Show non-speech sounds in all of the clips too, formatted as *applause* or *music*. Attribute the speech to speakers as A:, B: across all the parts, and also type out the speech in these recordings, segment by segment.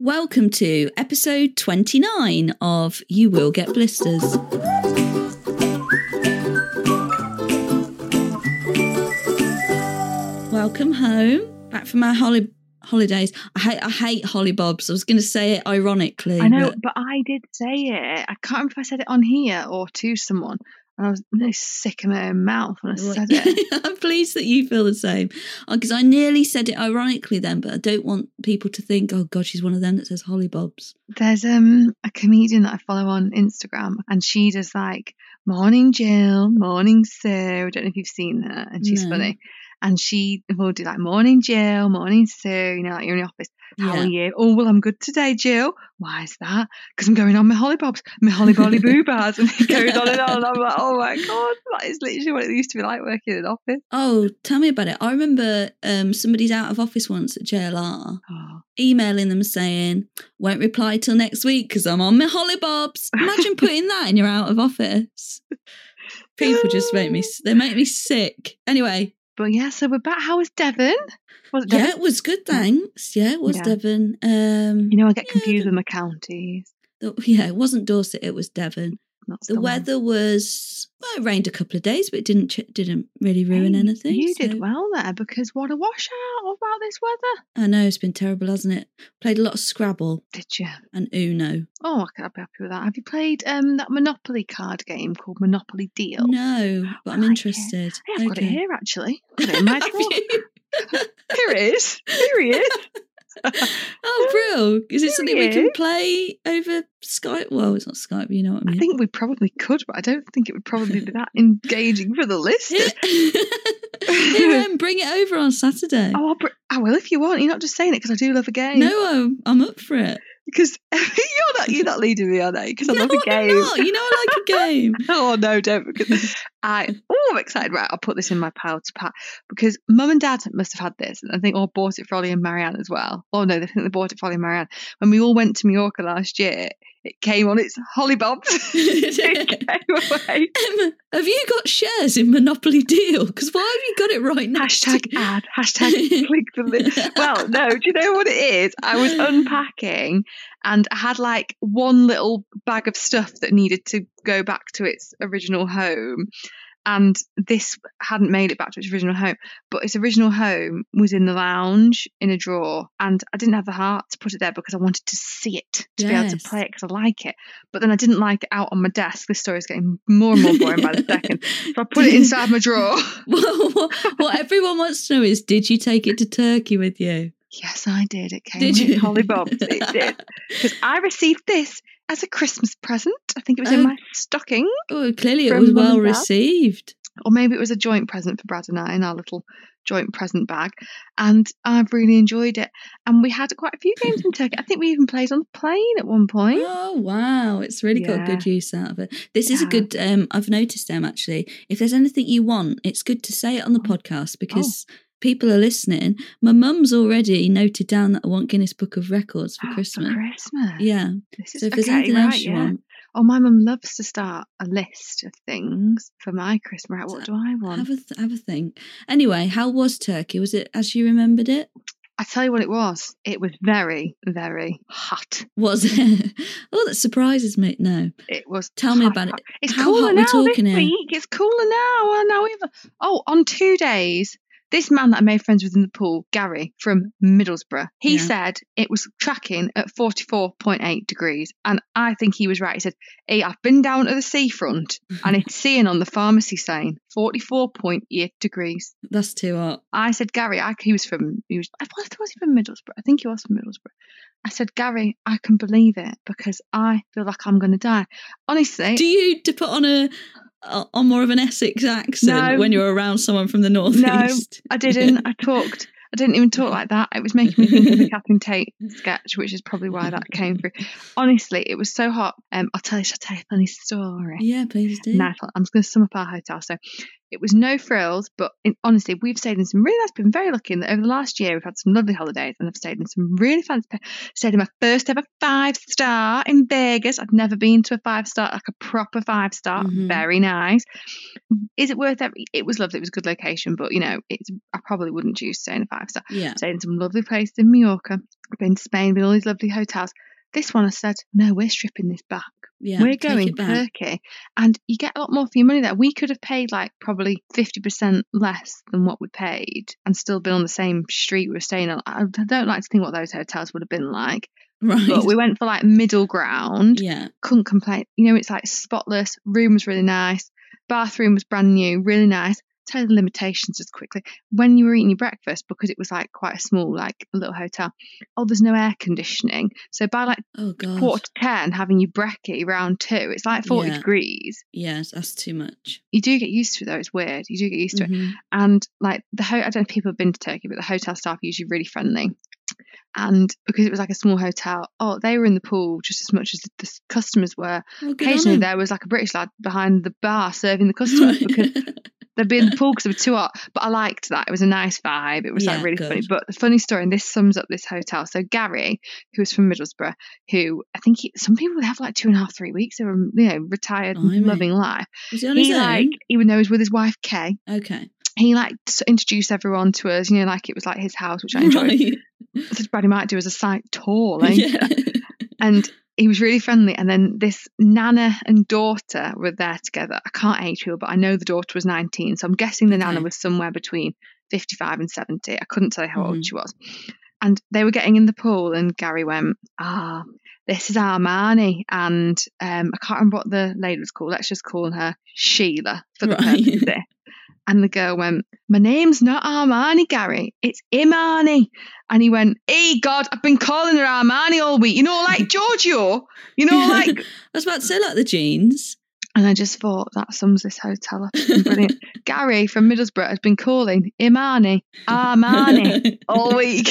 A: Welcome to episode 29 of You Will Get Blisters. Welcome home, back from our holi- holidays. I hate, I hate hollybobs. I was going to say it ironically.
B: I know,
A: but
B: but I did say it. I can't remember if I said it on here or to someone. And I was really sick in my own mouth when I said
A: *laughs*
B: it.
A: I'm pleased that you feel the same because I nearly said it ironically then, but I don't want people to think, oh God, she's one of them that says hollybobs.
B: There's um a comedian that I follow on Instagram, and she does like "Morning Jill," "Morning Sue." I don't know if you've seen her, and she's
A: No.
B: funny. And she will do like "Morning Jill," "Morning Sue." You know, like you're in the office. How
A: Yeah.
B: are you? Oh well, I'm good today, Jill. Why is that? Because I'm going on my hollybobs, my
A: *laughs*
B: hollybolly boo bars, and it goes on and on. And I'm like, oh my god, that is literally what it used to be like working in an office.
A: Oh, tell me about it. I remember um, somebody's out of office once at JLR
B: Oh.
A: emailing them saying, won't reply till next week because I'm on my hollybobs. Imagine putting that in your out of office. People just make me, they make me sick. Anyway,
B: But yeah, so we're back. How was Devon? Was it Devon?
A: yeah, it was good, thanks. Yeah, it was
B: Mm. Yeah.
A: Devon. Um,
B: You know, I get
A: Yeah,
B: confused with my counties.
A: the- yeah, it wasn't Dorset, it was Devon.
B: That's
A: The
B: one.
A: weather was, well, it rained a couple of days, but it didn't, ch- didn't really ruin
B: Hey,
A: anything.
B: You
A: so-
B: did well there because what a washout. What about this weather?
A: I know, it's been terrible, hasn't it? Played a lot of Scrabble
B: Did you?
A: and Uno.
B: Oh, I could I'd be happy with that. Have you played um that Monopoly card game called Monopoly Deal?
A: No, but
B: I
A: I'm
B: like it.
A: interested. Oh,
B: Hey, I've got it here actually. I've got it in
A: *laughs*
B: my
A: Have
B: drawer. *laughs*
A: you?
B: Here it is. Here it is.
A: oh, bro. Is it something we can
B: Period.
A: play over Skype? Well, it's not Skype, you know what I
B: I
A: mean.
B: think we probably could, but I don't think it would probably be that engaging for
A: *laughs*
B: the listeners.
A: Here, here
B: *laughs*
A: um, bring it over on Saturday.
B: Oh, I'll br- I will if you want. You're not just saying it because I do love a game. *laughs*
A: no, I'm, I'm up for it.
B: because *laughs* you're not you're not leading me on that because I
A: no,
B: love a
A: I'm
B: game.
A: not. You know I like a game.
B: *laughs* Oh no, don't
A: *laughs*
B: because I oh I'm excited. Right, I'll put this in my pile to pack because mum and dad must have had this, and I think all bought it for Ollie and Marianne as well. Oh no, they think they bought it for Ollie and Marianne when we all went to Mallorca last year. It came on its hollybobs. *laughs* it
A: *laughs*
B: came away.
A: Emma, Um, have you got shares in Monopoly Deal? Because why have you got it right now? *laughs*
B: Hashtag ad. *laughs* Hashtag click the link. Well, no, do you know what it is? I was unpacking and I had like one little bag of stuff that needed to go back to its original home. And this hadn't made it back to its original home, but its original home was in the lounge in a drawer. And I didn't have the heart to put it there because I wanted to see it, to be able
A: Yes.
B: to play it because I like it. But then I didn't like it out on my desk. This story is getting more and more boring by the second. So I put it inside my drawer.
A: *laughs* Well, what, what everyone wants to know is, did you take it to Turkey with you?
B: Yes, I did. It came
A: Did
B: did
A: you? *laughs*
B: with hollybobs. It did. Because I received this as a Christmas present. I think it was
A: Oh.
B: in my stocking.
A: Oh, clearly it
B: From
A: was
B: Mum and
A: well
B: Dad?
A: received.
B: Or maybe it was a joint present for Brad and I in our little joint present bag. And I've really enjoyed it. And we had quite a few games in Turkey. I think we even played on the plane at one point.
A: Oh wow, it's really got good use out of it. This is a
B: Yeah.
A: good. Um, I've noticed them actually. If there's anything you want, it's good to say it
B: Oh.
A: on the podcast because people are listening. My mum's already noted down that I want Guinness Book of Records for Christmas.
B: *gasps* For Christmas.
A: Yeah.
B: This is,
A: So if there's
B: okay,
A: anything
B: right,
A: else you
B: yeah.
A: want,
B: Oh, my mum loves to start a list of things for my Christmas. Right, what do I want?
A: have a th- have a think. Anyway, how was Turkey? Was it as you remembered it?
B: I tell you what it was. It was very, very hot.
A: Was it?
B: Mm.
A: *laughs* oh, that surprises me. No,
B: It was.
A: tell me
B: hot,
A: about it.
B: hot. It's
A: How
B: cooler
A: hot we
B: now
A: talking
B: this
A: here?
B: week. It's cooler now. and now we've- Oh, on two days, this man that I made friends with in the pool, Gary from Middlesbrough, he
A: Yeah.
B: said it was tracking at 44.8 degrees. And I think he was right. He said, hey, I've been down to the seafront
A: *laughs*
B: and it's seeing on the pharmacy sign 44.8 degrees.
A: That's too hot.
B: I said, Gary, I, he was from, he was, I thought was he from Middlesbrough. I think he was from Middlesbrough. I said, Gary, I can believe it because I feel like I'm going to die. Honestly,
A: Do you to put on a on more of an Essex accent
B: No.
A: when you're around someone from the
B: *laughs*
A: northeast?
B: I didn't. I talked. I didn't even talk like that. It was making me think of the Catherine Tate sketch, which is probably why that came through. Honestly, it was so hot. Um, I'll tell you, shall I tell you a funny story?
A: Yeah, please do.
B: Now, I'm just going to sum up our hotel. So, It was no frills, but in, honestly, we've stayed in some really nice. Been very lucky in that over the last year, we've had some lovely holidays, and I've stayed in some really fancy. pa- Stayed in my first ever five star in Vegas. I've never been to a five star, like a proper five star.
A: Mhm.
B: Very nice. Is it worth it? It was lovely. It was a good location, but you know, it's I probably wouldn't choose to stay in a five star.
A: Yeah.
B: Stayed in some lovely places in Mallorca. I've been to Spain, been in all these lovely hotels. This one, I said, no, we're stripping this back.
A: Yeah.
B: We're
A: take
B: going
A: it back.
B: Turkey, and you get a lot more for your money there. We could have paid like probably fifty percent less than what we paid, and still been on the same street we were staying on. I I don't like to think what those hotels would have been
A: *laughs*
B: like,
A: *laughs* Right.
B: but we went for like middle ground.
A: yeah.
B: Couldn't complain. You know, it's like spotless. Room was really nice. Bathroom was brand new, really nice. Tell you the limitations just quickly. When you were eating your breakfast, because it was like quite a small, like little hotel. Oh, there's no air conditioning. So by like
A: Oh god.
B: quarter to ten having your brekkie round two. It's like 40
A: Yeah.
B: degrees.
A: Yeah, that's too much.
B: You do get used to it though. It's weird. You do get used to it.
A: Mhm.
B: And like the ho- I don't know if people have been to Turkey, but the hotel staff are usually really friendly. And because it was like a small hotel, oh, they were in the pool just as much as the, the s- customers
A: Well,
B: were.
A: good on
B: Occasionally,
A: them.
B: there was like a British lad behind the bar serving the customers
A: *laughs*
B: because they'd be in the pool because they were too hot. But I liked that. It was a nice vibe. It was
A: Yeah,
B: like really funny.
A: good.
B: But the funny story, and this sums up this hotel. So Gary, who was from Middlesbrough, who I think he, some people have like two and a half, three weeks. They're you know retired,
A: Blimey.
B: loving life.
A: Was he on
B: He
A: his
B: like even though he was with his wife Kay,
A: own? Okay.
B: he like s- introduced everyone to us. You know, like it was like his house, which I enjoyed.
A: *laughs* Right.
B: I said Brad, he might do as a site
A: *laughs*
B: tour. Like,
A: Yeah.
B: and he was really friendly. And then this nana and daughter were there together. I can't age people, but I know the daughter was 19. So I'm guessing the nana
A: Okay.
B: was somewhere between 55 and 70. I couldn't tell you how
A: Mhm.
B: old she was. And they were getting in the pool, and Gary went, Ah, this is Armani. And um, I can't remember what the lady was called. Let's just call her Sheila for the
A: Right.
B: purpose of this. And the girl went, My name's not Armani, Gary. It's Imani. And he went, Hey, God, I've been calling her Armani all week. You know, like Giorgio. You know, like.
A: I was about to say like the jeans.
B: And I just thought that sums this hotel up. It's
A: *laughs*
B: been Brilliant. Gary from Middlesbrough has been calling Imani,
A: *laughs*
B: Armani all week.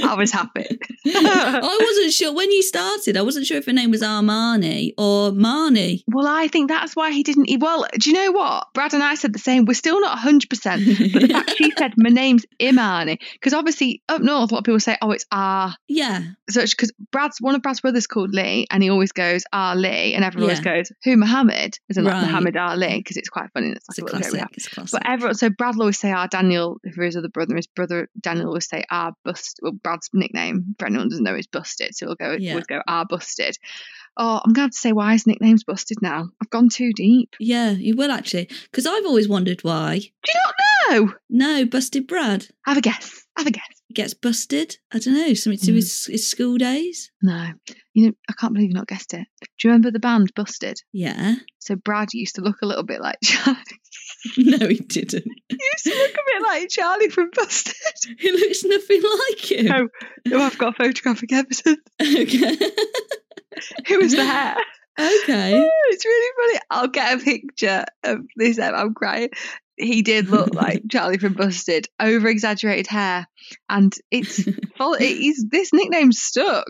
B: I was happy.
A: I wasn't sure when you started. I wasn't sure if her name was Armani or Marnie.
B: Well, I think that's why he didn't. Eat. Well, do you know what? Brad and I said the same. We're still not 100%. But the fact she said, my name's Imani, because obviously up north, a lot of people say, oh, it's R.
A: *laughs* yeah,
B: such because Brad's one of Brad's brothers called Lee, and he always goes Ah Lee, and everyone always goes who Muhammad, isn't
A: Right.
B: like Muhammad Ali because it's quite funny. and It's
A: it's
B: like
A: a
B: a little joke we
A: classic.
B: have.
A: It's a classic.
B: But everyone, so Brad will always say Ah Daniel for his other brother. His brother Daniel will say Ah Bust. Well, Brad's nickname for anyone who doesn't know is Busted, so he'll go
A: Yeah.
B: always go Ah Busted. Oh, I'm gonna have to say why his nickname's Busted now. I've gone too deep.
A: yeah, you will actually, because I've always wondered why.
B: Do you not know?
A: No, busted Brad
B: Have a guess. Have a guess.
A: gets busted. I don't know something to do
B: Mm.
A: with s- his school days.
B: No, you know I can't believe you've not guessed it. Do you remember the band Busted?
A: Yeah, *laughs*
B: So Brad used to look a little bit like *laughs* Charlie.
A: no, he didn't.
B: used to look a bit like Charlie from Busted.
A: He looks nothing like him.
B: Oh. *laughs* Oh, I've got photographic *laughs* evidence.
A: *laughs* Okay.
B: Who was the *laughs* hair? *laughs*
A: okay.
B: It's really funny. I'll get a picture of this. um, I'm crying. He did look *laughs* like Charlie from Busted, over exaggerated hair, and *laughs* it's full. It is this nickname stuck.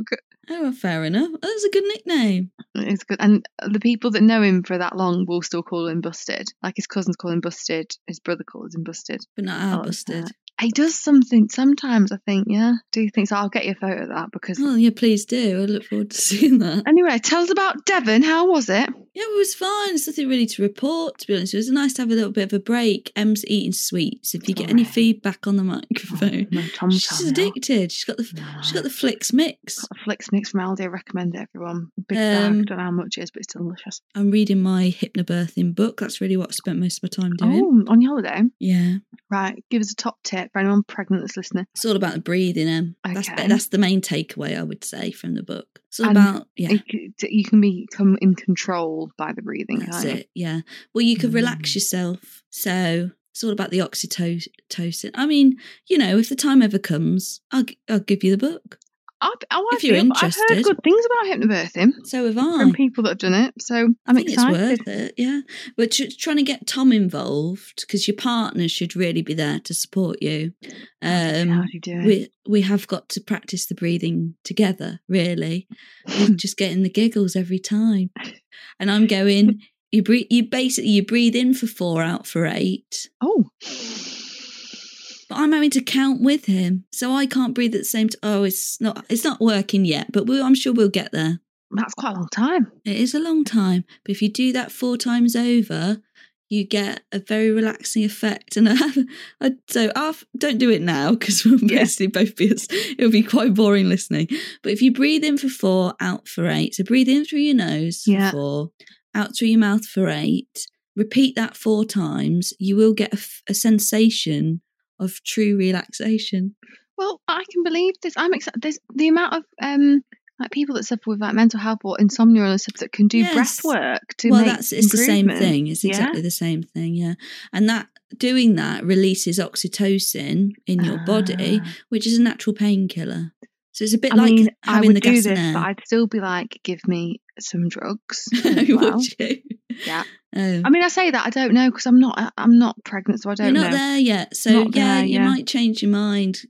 A: Oh, well, fair enough. Oh, that's a good nickname.
B: It's good, and the people that know him for that long will still call him Busted. Like his cousins call him Busted, his brother calls him Busted.
A: But not our
B: Oh, it's
A: busted.
B: that. He does something sometimes. I think, yeah. Do you think so? I'll get you a photo of that because
A: Oh yeah, please do. I look forward to *laughs* seeing
B: *laughs*
A: that.
B: Anyway, tell us about Devon. How was it?
A: Yeah, it was fine. There's nothing really to report, to be honest. It was nice to have a little bit of a break. Em's eating sweets. If you get any
B: Alright.
A: feedback on the *laughs* microphone,
B: My tom
A: she's addicted. She's got the she's got the flicks mix.
B: Flicks mix from Aldi. I recommend it, everyone. Big
A: Um,
B: bag. I don't know how much it is, but it's delicious.
A: I'm reading my hypnobirthing book. That's really what I spent most of my time doing.
B: Oh, on your holiday.
A: Yeah,
B: Right. Give us a top tip for anyone pregnant that's listening.
A: it's all about the breathing. Em. That's
B: Okay.
A: that's the main takeaway I would say from the book. It's all
B: And-
A: about yeah.
B: You c- You can become in control by the breathing.
A: That's
B: can't you?
A: it. Yeah. Well, you could relax
B: Mm.
A: yourself. So it's all about the oxytocin. I mean, you know, if the time ever comes, I'll, gi- I'll give you the book.
B: I, I like
A: If you're
B: it, but I've
A: interested.
B: heard good things about hypnobirthing
A: So have I.
B: from people that have done it, so
A: I
B: I'm
A: think it's
B: excited.
A: worth it. Yeah. But tr- trying to get Tom involved because your partner should really be there to support you.
B: Oh, How
A: Um,
B: do you do it?
A: we we have got to practice the breathing
B: *laughs*
A: together, really. We're just getting the giggles every time. And I'm going, You breathe. You basically you breathe in for four, out for eight.
B: Oh.
A: But I'm having to count with him, so I can't breathe at the same. T- oh, it's not. It's not working yet, but we I'm sure we'll get there.
B: That's quite a long time.
A: It is a long time, but if you do that four times over, you get a very relaxing effect. And *laughs* I, I so after, don't do it now because we'll
B: Yeah.
A: basically both be it'll be quite boring listening. But if you breathe in for four, out for eight. So breathe in through your nose
B: Yeah.
A: for four, out through your mouth for eight. Repeat that four times. You will get a, f- a sensation of true relaxation.
B: Well, I can believe this. I'm excited. There's the amount of um like people that suffer with like mental health or insomnia and stuff that can do
A: Yes.
B: breath work to
A: well,
B: make
A: that's it's the same
B: improvement.
A: thing. It's
B: Yeah.
A: exactly the same thing. Yeah, and that doing that releases oxytocin in your body.
B: Ah.
A: which is a natural painkiller. So it's a bit
B: I
A: like
B: mean, I
A: having
B: would
A: the
B: do
A: gas in
B: this,
A: air.
B: but
A: *laughs*
B: I'd still be like, give me some drugs. as
A: Would
B: well.
A: you?
B: Yeah.
A: *laughs* Oh.
B: I mean, I say that I don't know because I'm not I- I'm not pregnant, so I
A: You're
B: don't
A: not
B: know.
A: there yet, so
B: Not
A: yeah,
B: there,
A: you
B: yeah.
A: might change your mind.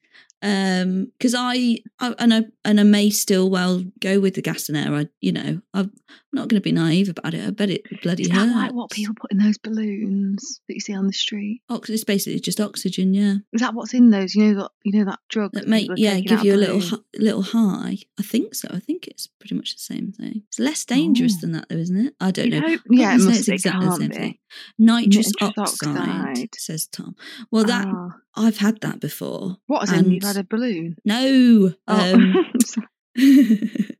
A: Um, because I, I and I and I may still well go with the gas and air. I, you know, I'm not going to be naive about it. I bet it bloody
B: Is that
A: hurts.
B: like what people put in those balloons that you see on the street?
A: Ox- it's basically just oxygen, yeah.
B: Is that what's in those? You know that you know that drug
A: That
B: people
A: make
B: are
A: yeah
B: taking
A: give
B: out
A: you a little
B: balloon?
A: hi- little high. I think so. I think it's pretty much the same thing. It's less dangerous
B: Oh.
A: than that, though, isn't it? I don't
B: You'd
A: know.
B: hope- yeah,
A: Goodness
B: it
A: knows
B: must.
A: it's
B: It
A: exactly the
B: can't
A: same
B: be.
A: thing. Nitrous,
B: Nitrous
A: oxide,
B: oxide.
A: says Tom. Well, that
B: Ah.
A: I've had that before.
B: What is in? You've
A: And-
B: had a balloon.
A: No,
B: Oh,
A: um, *laughs*
B: I'm sorry.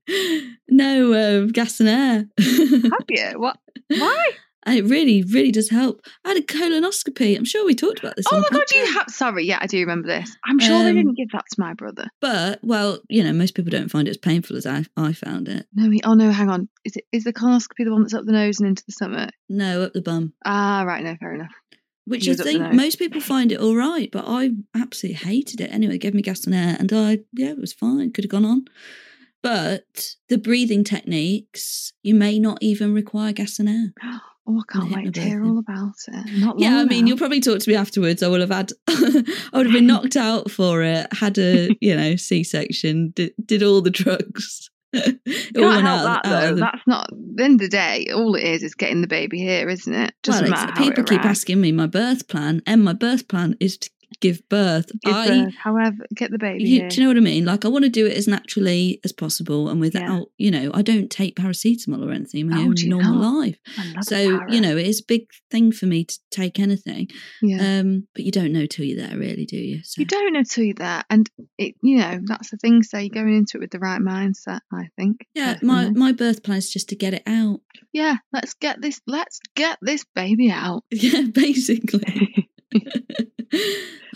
A: no um, gas and air.
B: *laughs* have you? What? Why?
A: it really, really does help. I had a colonoscopy. I'm sure we talked about this.
B: Oh
A: on
B: my
A: the
B: god, you
A: podcast.
B: have. Sorry, yeah, I do remember this. I'm sure they
A: Um,
B: didn't give that to my brother.
A: But well, you know, most people don't find it as painful as I, I found it.
B: No, he, oh no, hang on. Is it is the colonoscopy the one that's up the nose and into the stomach?
A: No, up the bum.
B: Ah, right, no, fair enough.
A: Which
B: He
A: I
B: was up the
A: think
B: nose.
A: most people find it all right, but I absolutely hated it. Anyway, it gave me gas and air, and I, yeah, it was fine. Could have gone on. But the breathing techniques, you may not even require gas and air.
B: Oh, I can't
A: Yeah,
B: wait to
A: about
B: hear
A: him.
B: all about it. Not
A: Yeah,
B: long
A: I mean,
B: now.
A: you'll probably talk to me afterwards. I will have had, *laughs* I would have been knocked out for it, had a, *laughs* you know, C section, did, did all the drugs. *laughs* It all
B: Can't
A: went
B: help
A: out-
B: that
A: out of
B: though.
A: the-
B: That's not at the end of the day. All it is is getting the baby here, isn't it? Doesn't
A: well, it's-
B: matter how
A: people
B: it
A: keep
B: arrives.
A: asking me my birth plan, and my birth plan is to give birth.
B: Give
A: I,
B: birth, however, get the baby
A: You,
B: here.
A: do you know what I mean? Like, I want to do it as naturally as possible and
B: Yeah.
A: without, you know, I don't take paracetamol or anything in my
B: Oh,
A: own
B: do you
A: normal
B: not?
A: life.
B: I love a
A: So,
B: para.
A: you know, it is a big thing for me to take anything.
B: yeah.
A: Um, but you don't know till you're there, really, do you? So,
B: You don't know till you're there, and it, you know that's the thing. So you're going into it with the right mindset, I think.
A: yeah, my,
B: personally.
A: my birth plan is just to get it out. *laughs*
B: yeah. Let's get this. Let's get this
A: *laughs*
B: baby out.
A: Yeah,
B: *laughs*
A: basically.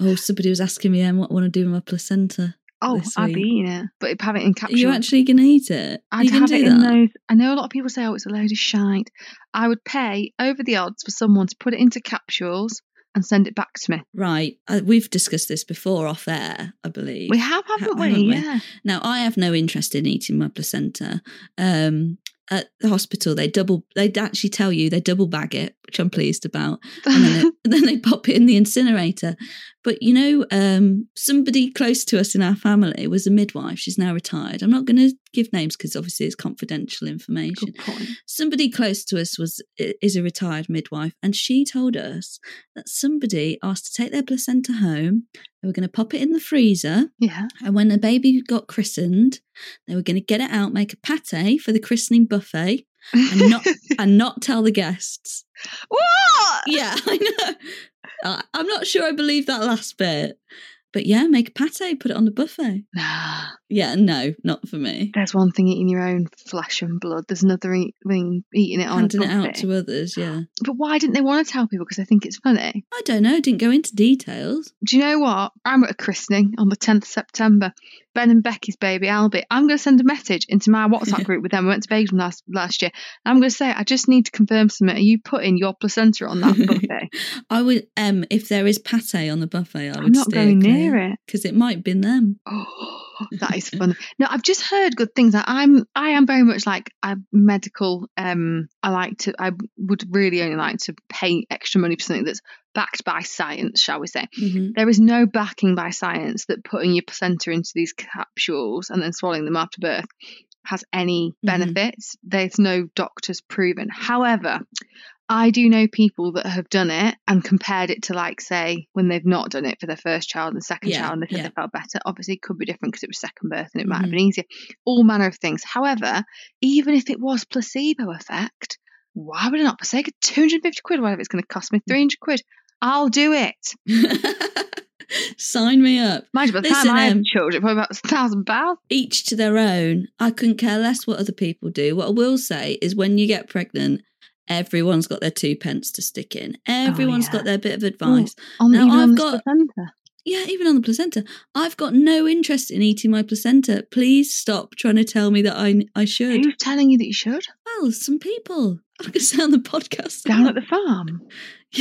A: oh, somebody was asking me, Em, what I want to do with my placenta.
B: oh,
A: This
B: I'd
A: way.
B: be eating it, but it'd have it in
A: Are you
B: capsules.
A: actually going to eat it?
B: I'd
A: you can
B: have
A: do
B: it
A: that.
B: in those. I know a lot of people say, "Oh, it's a load of shite." I would pay over the odds for someone to put it into capsules and send it back to me.
A: Right. Uh, we've discussed this before off air, I believe.
B: We have, haven't we?
A: haven't we?
B: Yeah.
A: Now, I have no interest in eating my placenta. Um, at the hospital, they double, they actually tell you they double bag it, which I'm pleased about. And then, it, then they pop it in the incinerator. But you know, um, somebody close to us in our family was a midwife. She's now retired. I'm not going to give names because obviously it's confidential information.
B: *laughs* Good point.
A: Somebody close to us was i- is a retired midwife, and she told us that somebody asked to take their placenta home. They were going to pop it in the freezer.
B: Yeah.
A: And when the baby got christened, they were going to get it out, make a pate for the christening buffet, And not- and not tell the guests.
B: *laughs* what?
A: Yeah, *laughs* I know. I, I'm not sure I believe that last bit. But yeah, make a pate, put it on the buffet.
B: Nah.
A: Yeah, no, not for me.
B: There's one thing eating your own flesh and blood. There's another e- thing eating it on
A: Handing
B: a
A: it out
B: buffet.
A: to others, yeah.
B: But why didn't they want to tell people? Because they think it's funny.
A: I don't know, didn't go into details.
B: Do you know what? I'm at a christening on the 10th of September. Ben and Becky's baby Albie. I'm going to send a message into
A: *laughs*
B: my WhatsApp group with them. We went to Vegas last last year. I'm going to say, I just need to confirm something. Are you putting your placenta
A: *laughs*
B: on that buffet?
A: I would, um, if there is pate on the buffet, I would
B: I'm not
A: steer
B: going near it.
A: Because it might have been them.
B: Oh, that is fun. No, I've just heard good things. I- I'm I am very much like a medical. Um, I like to. I would really only like to pay extra money for something that's backed by science, shall we say?
A: Mhm.
B: There is no backing by science that putting your placenta into these capsules and then swallowing them after birth has any
A: Mhm.
B: benefits. There's no doctors proven. However, I do know people that have done it and compared it to, like, say, when they've not done it for their first child and second
A: Yeah,
B: child and they said
A: yeah.
B: they felt better. Obviously, it could be different because it was second birth and it might
A: Mhm.
B: have been easier. All manner of things. However, even if it was placebo effect, why would I not forsake 250 quid, whatever it's going to cost
A: Mm.
B: me, 300 quid? I'll do it.
A: *laughs* Sign me up.
B: Mind you, by the
A: Listen,
B: time I
A: um,
B: had children, probably about a thousand pounds.
A: Each to their own. I couldn't care less what other people do. What I will say is when you get pregnant, everyone's got their two pence to stick in. Everyone's
B: Oh, yeah.
A: got their bit of advice.
B: On
A: Now,
B: even on
A: I've
B: this
A: got-
B: placenta.
A: Yeah, even on the placenta. I've got no interest in eating my placenta. Please stop trying to tell me that I I should.
B: Who's telling you that you should?
A: Well, some people. *laughs* I could sound the podcast.
B: Down
A: *laughs*
B: at the farm.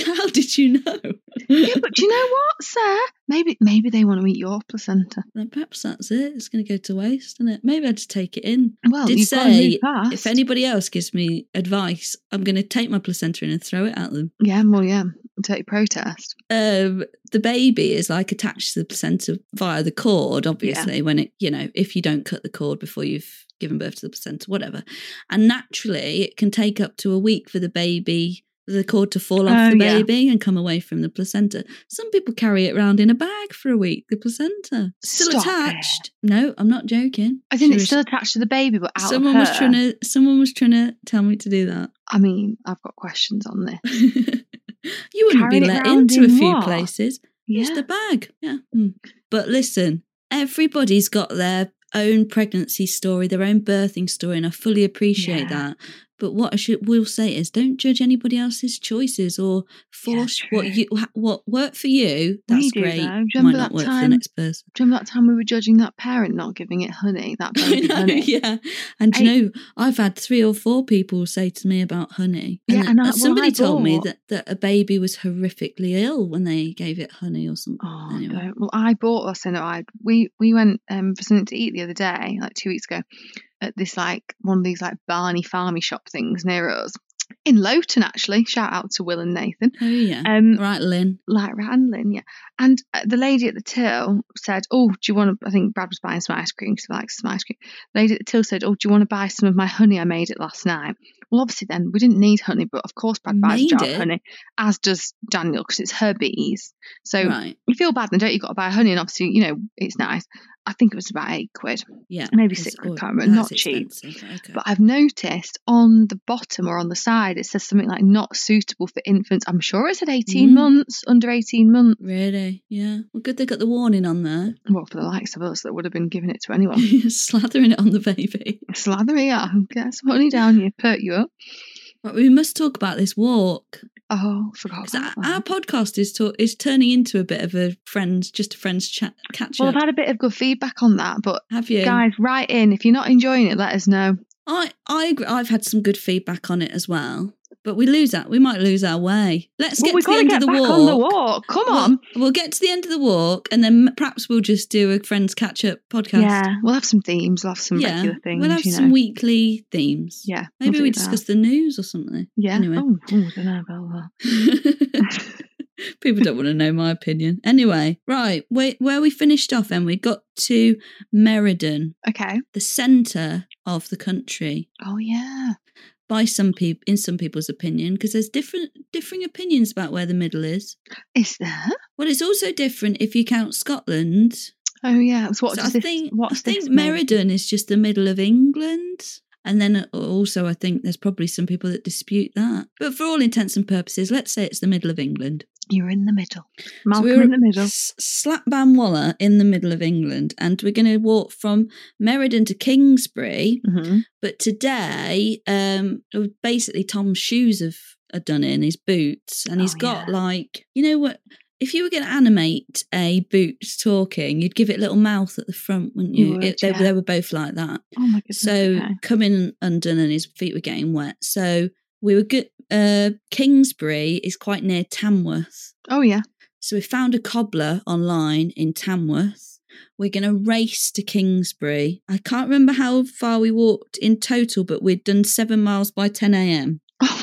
A: How did you know?
B: yeah, but do you know what, sir? Maybe maybe they want to eat your placenta.
A: *laughs* Then perhaps that's it. It's going to go to waste, isn't it? Maybe I just take it in.
B: Well,
A: Did
B: you've got to move
A: say,
B: past.
A: If anybody else gives me advice, I'm going to take my placenta in and throw it at them.
B: yeah, well, yeah, take protest.
A: Um, the baby is like attached to the placenta via the cord, obviously, when it, you know, if you don't cut the cord before you've given birth to the placenta, whatever. And naturally, it can take up to a week for the baby, the cord to fall off
B: Oh,
A: the
B: yeah.
A: baby and come away from the placenta. Some people carry it around in a bag for a week, the placenta. Still
B: Stop
A: attached. No, I'm not joking.
B: I think
A: Seriously.
B: it's still attached to the baby, but out
A: someone
B: of
A: was
B: her-
A: trying to someone was trying to tell me to do that. *laughs*
B: I mean, I've got questions on this.
A: you wouldn't
B: Carrying
A: be
B: it
A: let
B: round
A: into a
B: in
A: few
B: what?
A: places.
B: Yeah,
A: Just a bag. Yeah. Mm. But listen, everybody's got their own pregnancy story, their own birthing story, and I fully appreciate
B: Yeah.
A: that. But what I should will say is, don't judge anybody else's choices or force what
B: true.
A: you wha- what worked for you. That's
B: We do,
A: great.
B: though. Do you
A: Might
B: remember
A: not
B: that
A: work for the
B: time-
A: next person. *laughs*
B: do you remember that time we were judging that parent not giving it honey? That
A: I
B: baby
A: know,
B: honey.
A: yeah. And do you know, I've had three or four people say to me about honey.
B: Yeah,
A: that-
B: and I-
A: uh,
B: well,
A: somebody
B: I
A: told me
B: bought-
A: that, that a baby was horrifically ill when they gave it honey or something.
B: Oh
A: Anyway.
B: no! Well, I bought us in. I we we went um, for something to eat the other day, like two weeks ago, at this like one of these like Barney Farmy shop things near us in Lowton. Actually, shout out to Will and Nathan.
A: Oh, yeah.
B: Um,
A: right, Lynn.
B: like Randlin, yeah. And uh, the lady at the till said, "Oh, do you want to?" I think Brad was buying some ice cream because he likes some ice cream. The lady at the till said, "Oh, do you want to buy some of my honey? I made it last night." Well, obviously, then we didn't need honey, but of course, Brad buys a
A: Made
B: jar of
A: it?
B: honey, as does Daniel, because it's her bees. So
A: right.
B: you feel bad then, don't you? Got to buy honey, and obviously, you know, it's nice. I think it was about eight quid,
A: Yeah.
B: maybe
A: It's-
B: six quid,
A: oh,
B: can't remember,
A: that's
B: not cheap.
A: expensive, Okay.
B: But I've noticed on the bottom or on the side, it says something like not suitable for infants. I'm sure it said 18
A: Mm.
B: months, under 18 months.
A: really? Yeah. Well, good they got the warning on there.
B: Well, for the likes of us that would have been giving it
A: *laughs*
B: to anyone.
A: Slathering it on the baby. *laughs*
B: Slather me up, get some honey down you, pert you up.
A: Right, we must talk about this walk.
B: Oh, forgot.
A: Because
B: About
A: our,
B: that.
A: our podcast is, talk, is turning into a bit of a friends, just a friends chat catch
B: well,
A: up.
B: I've had a bit of good feedback on that, but
A: Have you?
B: guys, write in. If you're not enjoying it, let us know.
A: I I agree. I've had some good feedback on it as well, but we lose that. We might lose our way. Let's
B: Well,
A: get
B: we've
A: to the
B: got to
A: end
B: get
A: of the
B: back
A: walk.
B: on the walk. Come
A: We'll-
B: on.
A: We'll, get to the end of the walk, and then perhaps we'll just do a friends catch up podcast.
B: Yeah, we'll have some themes. We'll have some
A: Yeah,
B: regular things.
A: we'll have
B: you
A: some
B: know.
A: weekly themes.
B: yeah. we'll
A: Maybe
B: do
A: we
B: that.
A: discuss the news or
B: *laughs*
A: something. *laughs*
B: Yeah.
A: anyway.
B: Oh, oh, I don't know about that.
A: People don't want to know my opinion. Anyway, right, where, where we finished off, and we got to Meriden,
B: Okay.
A: the centre of the country.
B: Oh yeah.
A: by some people in some people's opinion because there's different differing opinions about where the middle is
B: Is there?
A: well it's also different if you count scotland
B: Oh yeah. So what
A: so
B: does
A: i
B: this?
A: think
B: what's
A: i think
B: this? mean?
A: meriden is just the middle of england and then uh, also i think there's probably some people that dispute that but for all intents and purposes let's say it's the middle of england
B: You're in the middle. Malcolm
A: we're-
B: in the middle.
A: S- slap bam waller in the middle of england and we're going to walk from meriden to kingsbury
B: hmm
A: But today, um, basically Tom's shoes have are done in his boots, and he's
B: Oh,
A: got like you know what? If you were going to animate a boot talking, you'd give it a little mouth at the front, wouldn't
B: You
A: you?
B: would,
A: It- they,
B: yeah.
A: they were both like that.
B: Oh my goodness.
A: so
B: okay.
A: coming undone, and his feet were getting wet. So we were good. Uh, Kingsbury is quite near Tamworth,
B: Oh yeah. *laughs*
A: so we found a cobbler online in Tamworth. We're going to race to Kingsbury. I can't remember how far we walked in total, but we'd done seven miles by 10 a.m.
B: Oh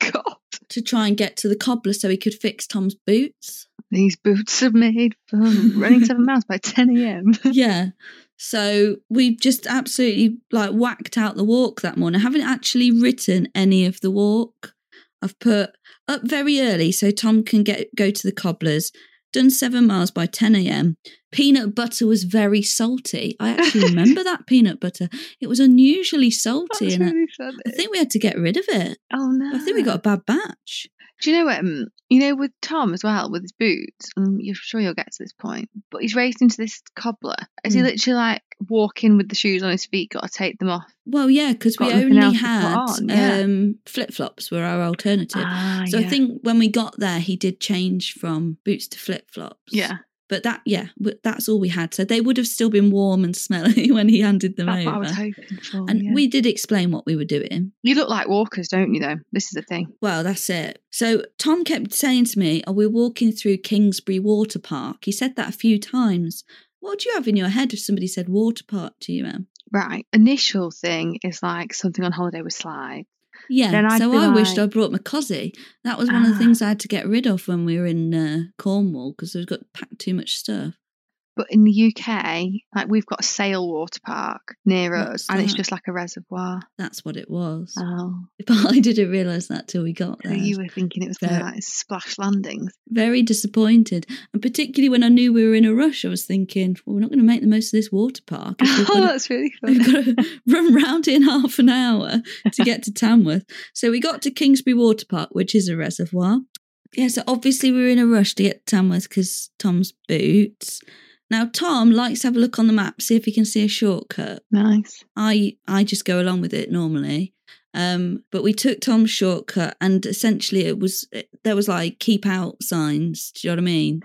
B: my god.
A: to try and get to the cobbler so he could fix Tom's boots.
B: These boots are made for
A: *laughs*
B: running seven miles by 10 *laughs* a.m.
A: yeah. So we just absolutely like whacked out the walk that morning. I haven't actually written any of the walk. I've put up very early so Tom can get go to the cobblers. Done seven miles by 10 a.m. Peanut butter was very salty. I
B: *laughs*
A: actually remember that peanut butter. It was unusually salty,
B: That's
A: and I-
B: really funny.
A: I think we had to get rid of it.
B: oh no.
A: I think we got a bad batch.
B: Do you know um you know with Tom as well with his boots, and you're sure you'll get to this point, but he's raced into this cobbler. Is he
A: Hmm.
B: literally like walking with the shoes on his feet, gotta take them off?
A: Well, yeah, because we
B: Got nothing
A: only
B: else to put
A: had
B: on, yeah.
A: um, flip flops were our alternative.
B: Ah,
A: so I think when we got there, he did change from boots to flip flops.
B: Yeah.
A: but that yeah, w- that's all we had. So they would have still been warm and smelly *laughs* when he handed them
B: That's what I
A: over.
B: was hoping for.
A: and
B: yeah.
A: we did explain what we were doing.
B: you look like walkers, don't you though? This is the thing.
A: Well, that's it. So Tom kept saying to me, "Are we walking through Kingsbury Water Park?" He said that a few times. What do you have in your head if somebody said water park to you, Em?
B: Right. Initial thing is like something on holiday with slides.
A: Yeah,
B: Then I'd
A: so
B: be
A: I wished I
B: like-
A: brought my cozzy. That was one of the
B: Ah.
A: things I had to get rid of when we were in uh, Cornwall because we've got packed too much stuff.
B: But in the UK, like we've got a sail water park near
A: What's
B: us and it's
A: that?
B: just like a reservoir.
A: That's what it was.
B: Oh.
A: *laughs* but I didn't realise that till we got
B: So
A: there.
B: you were thinking it was gonna
A: Fair.
B: be like splash landings.
A: Very disappointed, and particularly when I knew we were in a rush, I was thinking, "Well, we're not going to make the most of this water park." if we're
B: *laughs* oh,
A: gonna-
B: that's really
A: *laughs*
B: funny.
A: We've got to *laughs* run round in half an hour to get to Tamworth. So we got to Kingsbury Water Park, which is a reservoir. Yeah, so obviously we were in a rush to get to Tamworth because Tom's boots. Now Tom likes to have a look on the map, see if he can see a shortcut.
B: Nice.
A: I I just go along with it normally. Um, but we took Tom's shortcut, and essentially it was it- there was like keep out signs. Do you know what I mean?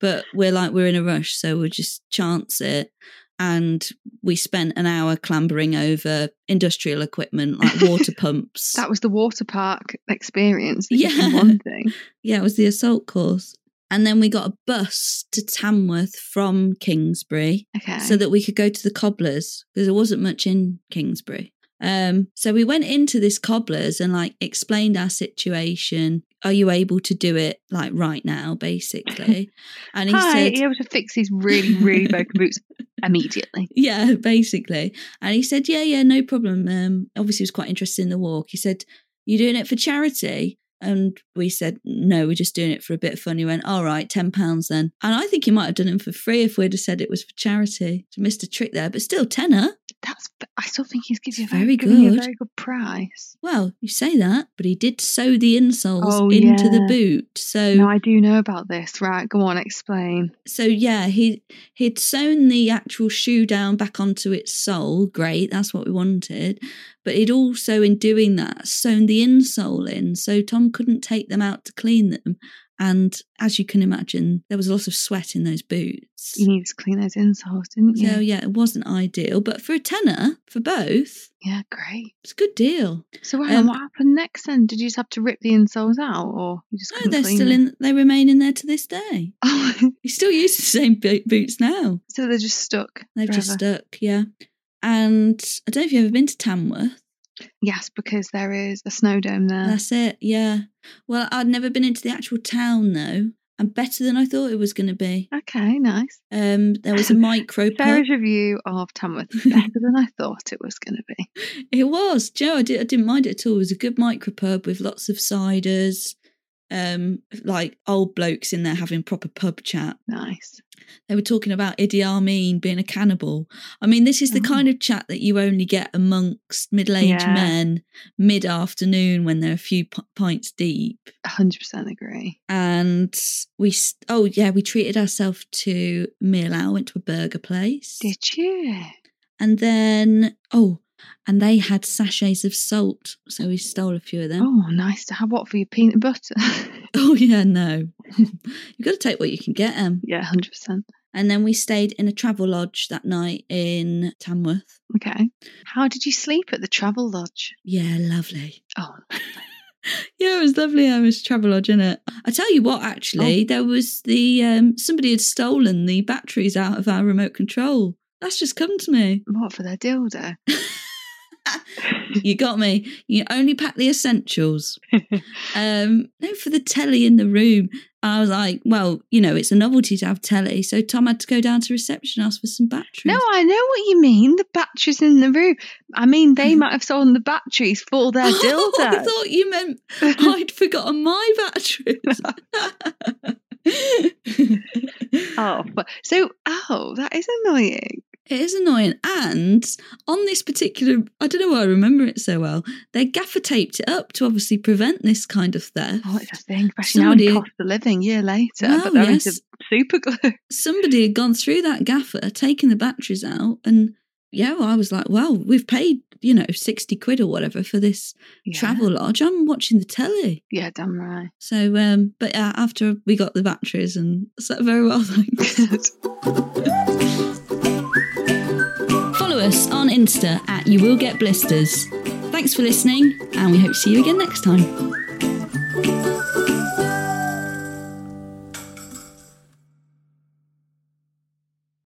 A: but we're like we're in a rush, so we'll just chance it. And we spent an hour clambering over industrial equipment like water pumps.
B: That was the water park experience. that you can
A: Yeah.
B: One thing.
A: yeah, it was the assault course. And then we got a bus to Tamworth from Kingsbury
B: Okay.
A: so that we could go to the cobblers because there wasn't much in Kingsbury. Um, so we went into this cobblers and like explained our situation. Are you able to do it like right now,
B: *laughs*
A: basically? And he
B: Hi,
A: said,
B: he able to fix these really, really broken boots immediately.
A: yeah, *laughs* basically. And he said, yeah, yeah, no problem. Um, obviously, he was quite interested in the walk. He said, you doing it for charity? And we said, no, we're just doing it for a bit of fun. He went, all right, £10 then. And I think he might have done it for free if we'd have said it was for charity. So missed a trick there, but still tenner.
B: That's. I still think he's giving you a
A: It's
B: very,
A: very
B: giving you a
A: good.
B: very good price.
A: Well, you say that, but he did sew the insoles
B: Oh,
A: into the
B: yeah.
A: boot. So
B: No, I do know about this. Right, go on, explain.
A: so yeah, he he'd sewn the actual shoe down back onto its sole. Great, that's what we wanted. But he'd also, in doing that, sewn the insole in, so Tom couldn't take them out to clean them. And as you can imagine, there was a lot of sweat in those boots.
B: You needed to clean those insoles, didn't you?
A: So yeah, it wasn't ideal. But for a tenner, for both,
B: Yeah, great.
A: it's a good deal.
B: So hang on,
A: Um,
B: what happened next then? Did you just have to rip the insoles out, or you just?
A: No,
B: couldn't
A: they're
B: clean
A: still
B: them?
A: in. They remain in there to this day.
B: Oh,
A: He still uses the same bo- boots now.
B: *laughs* so they're just stuck.
A: They've just
B: forever.
A: stuck, yeah. And I don't know if you've ever been to Tamworth.
B: Yes, because there is a snow dome there.
A: That's it, yeah. Well, I'd never been into the actual town though, and better than I thought it was going to be.
B: Okay, nice.
A: Um, there was a micro pub.
B: Sarah's review of Tamworth
A: *laughs*
B: is better than I thought it was going to be.
A: It was, Joe. I, did, I didn't mind it at all. It was a good micro pub with lots of ciders, um, like old blokes in there having proper pub chat.
B: Nice.
A: They were talking about Idi Amin being a cannibal. I mean, this is the
B: Oh.
A: kind of chat that you only get amongst middle aged
B: Yeah.
A: men mid afternoon when they're a few p- pints deep.
B: 100% agree.
A: And we, s- oh, yeah, we treated ourselves to a meal out, went to a burger place.
B: Did you?
A: And then, oh, and they had sachets of salt. So we stole a few of them.
B: Oh, nice to have. What for your peanut butter?
A: *laughs*
B: *laughs*
A: Oh, yeah, no. *laughs* You've got to take what you can get them.
B: yeah, 100%.
A: And then we stayed in a travel lodge that night in Tamworth.
B: Okay. How did you sleep at the travel lodge?
A: Yeah, lovely.
B: Oh,
A: Yeah, it was lovely. I was travel lodge in it. I tell you what, actually, there was the um, somebody had stolen the batteries out of our remote control. That's just come to me.
B: what for their dildo?
A: you got me. You only pack the essentials. um, no, for the telly in the room, I was like, well, you know, it's a novelty to have telly. So Tom had to go down to reception, ask for some batteries. *laughs*
B: No, I know what you mean. The batteries in the room. I mean, they might have stolen the batteries
A: *laughs*
B: for their
A: Oh, I
B: dildo.
A: thought you meant I'd forgotten my *laughs* batteries.
B: oh, but, so oh, that is annoying.
A: It is annoying. And on this particular, I don't know why I remember it so well, they gaffer taped it up to obviously prevent this kind of theft.
B: Oh, it's a thing, especially now it
A: Somebody-
B: costs a living. Year later,
A: Oh,
B: but they're
A: yes.
B: into super glue. *laughs*
A: Somebody had gone through that gaffer, taken the batteries out, and yeah, well, I was like, well, we've paid, you know, 60 quid or whatever for this
B: Yeah.
A: travel lodge. I'm watching the telly.
B: Yeah, damn right.
A: So, um, but uh, after we got the batteries, and so very well, *laughs* thanks.
B: *laughs*
A: Follow us on Insta at You Will Get Blisters. Thanks for listening, and we hope to see you again next time.